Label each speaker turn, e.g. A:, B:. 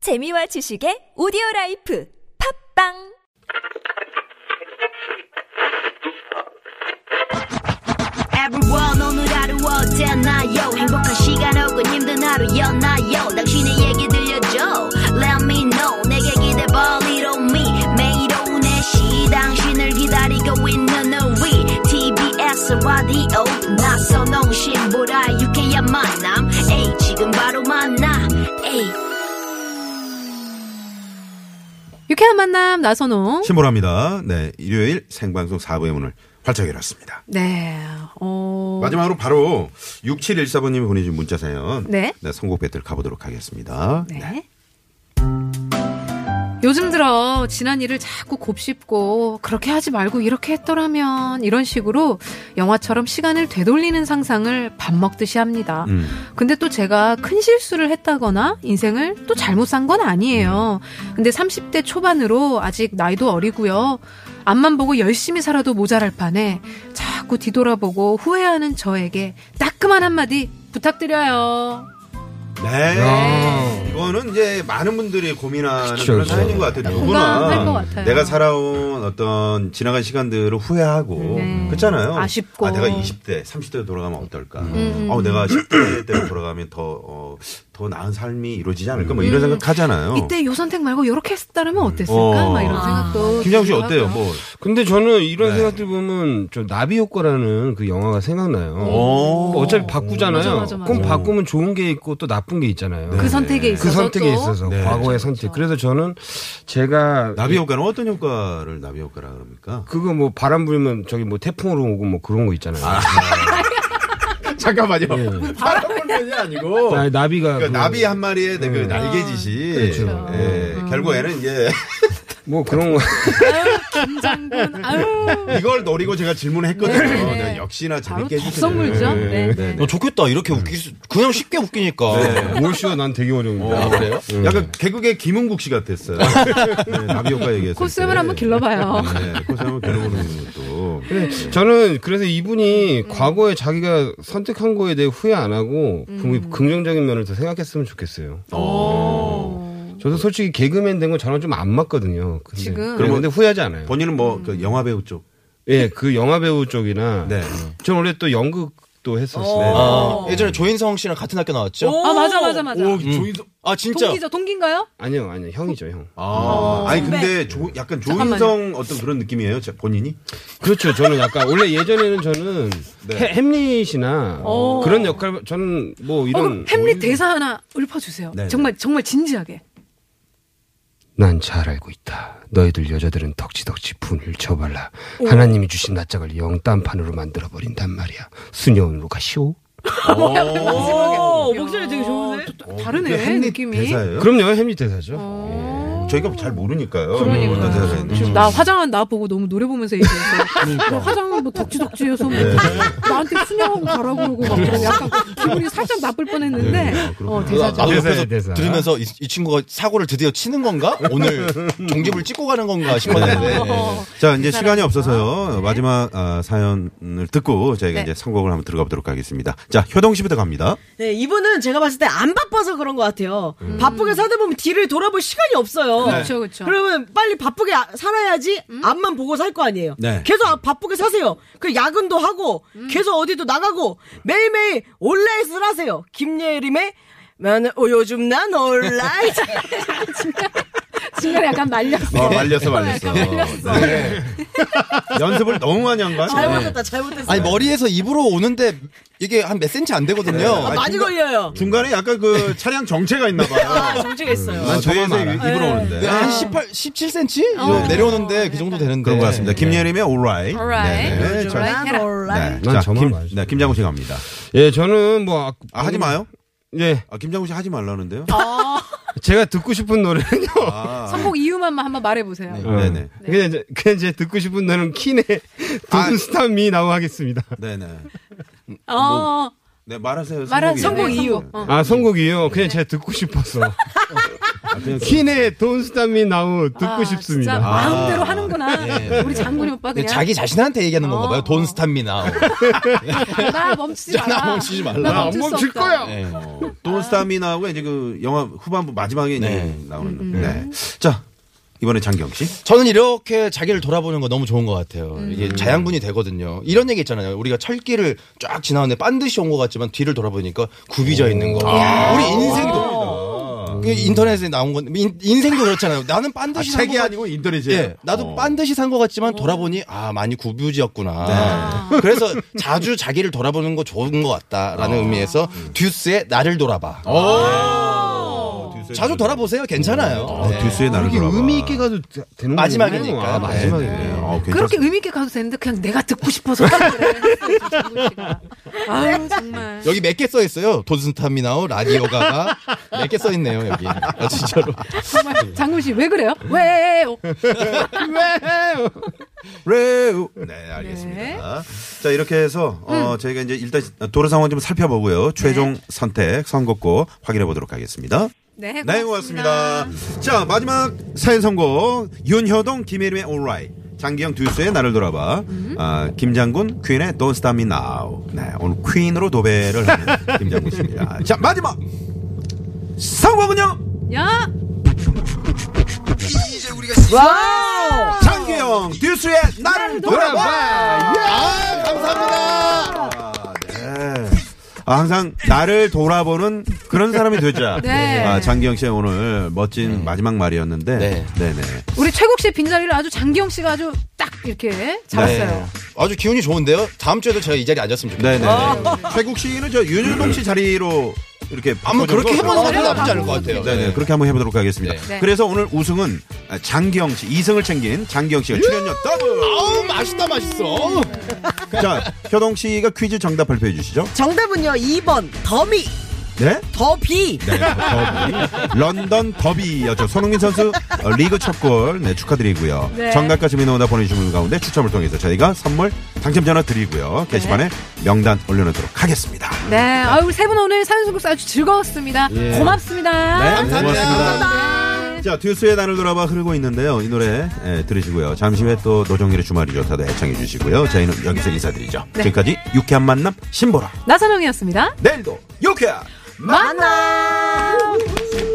A: 재미와 지식의 오디오 라이프 팝빵
B: Everyone 오늘 하루 어땠나요 행복한 시간 혹은 힘든 하루였나요 당신의 얘기 들려줘 Let me know 내게 기대 벌리로 me 매일 오후 4시 당신을 기다리고 있는 우리 TBS 라디오 나선홍 신보라 유쾌한 만남 에이 지금 바로 만나 에이
C: 유쾌한 만남 나선홍.
D: 신보라입니다. 네, 일요일 생방송 4부의 문을 활짝 열었습니다.
C: 네. 어.
D: 마지막으로 바로 6714번님이 보내주신 문자 사연.
C: 네.
D: 선곡 배틀 가보도록 하겠습니다.
C: 네. 요즘 들어 지난 일을 자꾸 곱씹고 그렇게 하지 말고 이렇게 했더라면 이런 식으로 영화처럼 시간을 되돌리는 상상을 밥 먹듯이 합니다.
D: 음,
C: 근데 또 제가 큰 실수를 했다거나 인생을 또 잘못 산 건 아니에요. 근데 30대 초반으로 아직 나이도 어리고요. 앞만 보고 열심히 살아도 모자랄 판에 자꾸 뒤돌아보고 후회하는 저에게 따끔한 한마디 부탁드려요.
D: 네.
E: 야.
D: 이거는 이제 많은 분들이 고민하는
E: 그쵸,
D: 그런
E: 그쵸.
D: 사연인 것 같아요.
C: 공감할 것
D: 누구나
C: 같아요.
D: 내가 살아온 어떤 지나간 시간들을 후회하고
C: 네.
D: 그렇잖아요.
C: 아쉽고.
D: 아, 내가 20대, 30대로 돌아가면 어떨까.
C: 음.
D: 어, 내가 10대 때로 돌아가면 더, 어, 더 나은 삶이 이루어지지 않을까. 뭐 이런 생각 하잖아요.
C: 음. 이때 요 선택 말고 요렇게 했다면 어땠을까?
D: 어.
C: 막 이런 생각도.
D: 김장우 씨
C: 들기도
D: 어때요?
C: 하고요.
D: 뭐
E: 근데 저는 이런
D: 네.
E: 생각들 보면 저 나비 효과라는 그 영화가 생각나요.
D: 오.
E: 어차피 바꾸잖아요.
C: 맞아, 맞아, 맞아.
E: 그럼 바꾸면 좋은 게 있고 또 나쁜 게 있잖아요.
C: 그 선택에 있어서
E: 그 선택에
C: 또 그렇죠.
E: 있어서
D: 네.
E: 과거의 선택. 그래서 저는 제가
D: 음. 나비 효과는 어떤 효과를 나비 효과라 그럽니까?
E: 그거 뭐 바람 불면 저기 뭐 태풍으로 오고 뭐 그런 거 있잖아요. 예.
D: 잠깐만요. 뭐 바람 불면이 아니고.
E: 아니, 나비가
D: 그러니까
E: 그거-
D: 나비 한 마리의 그 날개짓이
E: 그렇죠.
D: 예, 결국에는 이제
E: 뭐 그런 거
C: 아유, 김장군. 아유.
D: 이걸 노리고 제가 질문을 했거든요. 내가 역시나
C: 바로
D: 재밌게
C: 덥석
D: 해주시네.
C: 물죠. 네. 네.
F: 어, 좋겠다. 이렇게 웃기, 수- 그냥 쉽게 웃기니까.
E: 몰쇼 네. 뭐 난 되게 어려운데. 그래요?
D: 약간 개그의 김은국 씨 같았어요. 네, 나비 효과 얘기했을
C: 코스염을
D: 때.
C: 한번 길러봐요.
D: 네, 코스염을 길러보는 것도.
E: 네, 저는 그래서 이분이 과거에 자기가 선택한 거에 대해 후회 안 하고
C: 음.
E: 그 긍정적인 면을 더 생각했으면 좋겠어요. 저도 솔직히 개그맨 된 건 저랑 좀 안 맞거든요. 근데,
C: 지금?
E: 그런데 후회하지 않아요.
D: 본인은 뭐 그 영화 배우 쪽.
E: 예, 그 영화 배우 쪽이나
D: 네.
E: 저는 원래 또 연극도 했었어요.
F: 아, 예전에 조인성 씨랑 같은 학교 나왔죠?
C: 아, 맞아, 맞아, 맞아.
D: 음.
F: 조인성. 아, 진짜.
C: 동기죠, 동기인가요?
E: 아니요, 아니요, 형이죠, 형.
D: 아, 아니 근데 조, 약간
C: 네. 잠깐만요.
D: 조인성 어떤 그런 느낌이에요, 제- 본인이?
E: 그렇죠. 저는 약간 원래 예전에는 저는 햄- 햄릿이나 그런 역할 저는 뭐
C: 어, 그럼
E: 이런
C: 햄릿 대사 하나 읊어주세요.
D: 네, 네.
C: 정말 정말 진지하게.
E: 난 잘 알고 있다. 너희들 여자들은 덕지덕지 분을 쳐발라 하나님이 주신 낯짝을 영딴판으로 만들어 버린단 말이야. 수녀원으로 가시오.
C: 오, 목소리 되게 좋은데? 다르네,
D: 햄릿
C: 느낌이.
D: 어, 대사예요?
E: 그럼요, 햄릿 대사죠.
C: 어.
D: 저희가 잘 모르니까요. 어떤 대사가
C: 그러니까
D: 있는지. 그러니까.
C: 지금 나 화장한 나 보고 너무 노래 보면서 얘기해서 너 화장은 뭐 덕지덕지해서 뭐
D: 네.
C: 나한테 수녀하고 가라 그러고 막 약간 기분이 살짝 나쁠
D: 네,
C: 뻔했는데 어,
F: 나-
C: 대사죠.
F: 나도
E: 대사야,
F: 옆에서
E: 대사.
F: 아, 들으면서 이, 이 친구가 사고를 드디어 치는 건가? 오늘 종집을 찍고 가는 건가 싶었는데. 네.
C: 어.
D: 자, 이제 시간이 없어서요. 마지막 아, 사연을 듣고 저희가
C: 네.
D: 이제 선곡을 한번 들어가 보도록 하겠습니다. 자, 효동 씨부터 갑니다.
G: 네, 이분은 제가 봤을 때 안 바빠서 그런 것 같아요. 바쁘게 살다 보면 뒤를 돌아볼 시간이 없어요.
C: 그렇죠, 그렇죠.
G: 그러면 빨리 바쁘게 아- 살아야지 앞만 보고 살 거 아니에요.
D: 네.
G: 계속 아- 바쁘게 사세요. 그 야근도 하고 계속 어디도 나가고 매일매일 온라인을 하세요. 김예림의 나는 어, 요즘 난 온라인
C: 중간에 약간 말렸어.
D: 어, 말렸어, 말렸어. 네. 연습을 너무 많이 한 거 아니에요? 네.
G: 잘못했다 잘못했어.
F: 아니, 머리에서 입으로 오는데 이게 한 몇 센치 안 되거든요.
D: 네. 아니,
G: 많이
D: 중간-
G: 걸려요.
D: 중간에 약간 그 차량 정체가 있나
G: 아,
D: 봐요.
G: 정체가 있어요.
D: 난 저에서
E: 저만 알아.
D: 입으로
F: 네,
D: 오는데.
F: 한 18, 17cm?
C: 어.
F: 내려오는데 그 정도 되는데.
D: 그런 것 같습니다. 김예림의 올라이.
C: Alright.
D: 네, 자,
C: Alright.
G: 난 온라인.
D: 네.
E: 난
D: 자,
E: 저만
D: 김,
E: 말이죠.
D: 네, 김장우 씨 갑니다.
E: 예, 저는 뭐 아,
D: 아, 하지 마요.
E: 예,
D: 아, 김장우 씨 하지 말라는데요.
E: 제가 듣고 싶은 노래는요. 어.
C: 선곡 이유만 한번 말해보세요.
D: 네네.
E: 그냥 이제, 그냥 이제 듣고 싶은 노래는 킨의 Don't Stop Me Now 하겠습니다.
D: 네네.
C: 어,
D: 네, 말하세요.
C: 말한
D: 선곡이.
G: 선곡 이유.
C: 어.
E: 아, 선곡이요. 그냥 제가 듣고 싶어서. 키네 돈스타미 나우 듣고
C: 아, 진짜
E: 싶습니다.
C: 마음대로 하는구나.
D: 네.
C: 우리 장군이 오빠
F: 근데
C: 그냥
F: 자기 자신한테 얘기하는 건가
C: 어.
F: 봐요. 돈 스탑미나.
C: 나 멈추지
F: 나
C: 마라.
F: 멈추지 말라.
C: 나
E: 나
C: 아, 멈출
E: 안
C: 수
E: 멈출
C: 없다.
E: 거야.
F: 네.
D: 돈스타미나하고 이제 그 영화 후반부 마지막에 이제
F: 네.
D: 나오는. 네. 자 이번에 장경 씨.
F: 저는 이렇게 자기를 돌아보는 거 너무 좋은 것 같아요.
D: 음.
F: 이게 자양분이 되거든요. 이런 얘기 있잖아요. 우리가 철길을 쫙 지나는데 반드시 온 것 같지만 뒤를 돌아보니까 굽이져 있는 거. 우리 인생도. 그 인터넷에 나온 건 인, 인생도 그렇잖아요. 나는 반드시 산
D: 책이
F: 것 같-
D: 아니고 인터넷이에요.
F: 예, 나도
D: 어. 네.
F: 반드시 산 것 같지만 돌아보니 아 많이 구부지였구나. 그래서 자주 자기를 돌아보는 거 좋은 것
D: 아.
F: 같다라는 의미에서 듀스의 나를 돌아봐.
D: 어.
F: 자주 돌아보세요. 괜찮아요.
D: 어,
F: 네.
D: 듀스의 나를
E: 이게
D: 돌아봐.
E: 의미 있게 가도 되- 되는 거예요.
F: 마지막이니까.
E: 아, 마지막에.
D: 네. 어, 괜찮습니다.
C: 그렇게 의미 있게 가도 되는데 그냥 내가 듣고 싶어서 그래. 장군 씨가. 아유 정말.
F: 여기 몇 개 써 있어요. 도슨타미나오 라디오가가 몇 개 써 있네요 여기. 아, 진짜로.
C: 정말 장군 씨 왜 그래요? 왜?
E: 왜?
D: 레우. 네, 알겠습니다. 자, 이렇게 해서 어, 저희가 이제 일단 도로 상황 좀 살펴보고요. 최종 선택 선곡고 확인해 보도록 하겠습니다.
C: 네,
D: 네, 고맙습니다. 자, 마지막 사연 선곡 윤효동 김혜림의 온라인. 장기영 듀스의 나를 돌아봐. 아, 김장군 퀸의 Don't Stop Me Now. 네, 오늘 퀸으로 도배를 하는 김장군 씨입니다. 자, 마지막 선곡은요.
C: 야.
G: 와우!
D: 장기영 듀스의 나를 돌아봐.
F: 아 감사합니다.
D: 네. 아, 항상 나를 돌아보는 그런 사람이 되자.
C: 네.
D: 아, 장기영 씨의 오늘 멋진 마지막 말이었는데.
F: 네.
D: 네
C: 우리 최국 씨의 빈자리를 아주 장기영 씨가 아주 딱 이렇게 잡았어요.
F: 네. 아주 기운이 좋은데요. 다음 주에도 제가 이 자리에 앉았으면 좋겠어요.
D: 네네.
F: 아.
D: 최국 씨는 저 윤효동 씨 자리로 이렇게. 바꿔줘서
F: 한번 아, 뭐 그렇게 해보는 것도
C: 어려워.
F: 나쁘지 않을 것 같아요.
D: 네네. 그렇게 한번 해보도록 하겠습니다.
F: 네.
C: 네.
D: 그래서 오늘 우승은 장기영 씨, 2승을 챙긴 장기영 씨가 출연료 더블!
F: 아우 맛있다 맛있어.
D: 자, 효동 씨가 퀴즈 정답 발표해 주시죠.
G: 정답은요, 2번. 더미.
D: 네?
G: 더비.
D: 네, 더비. 런던 더비였죠. 손흥민 선수 어, 리그 첫 골 네, 축하드리고요.
C: 네.
D: 정답과 재미있는 오답 보내주신 분 가운데 추첨을 통해서 저희가 선물 당첨 전화 드리고요. 게시판에 명단 올려놓도록 하겠습니다.
C: 네, 아 우리 세 분 오늘 사연수국사 아주 즐거웠습니다. 고맙습니다.
D: 예. 네, 고맙습니다. 자, 듀스의 단을 돌아봐 흐르고 있는데요. 이 노래 예, 들으시고요. 잠시 후에 또 노정일의 주말이죠. 다들 애청해 주시고요. 저희는 여기서 인사드리죠.
C: 네.
D: 지금까지 유쾌한 만남 신보라.
C: 나선홍이었습니다.
D: 내일도 유쾌한
C: 만나.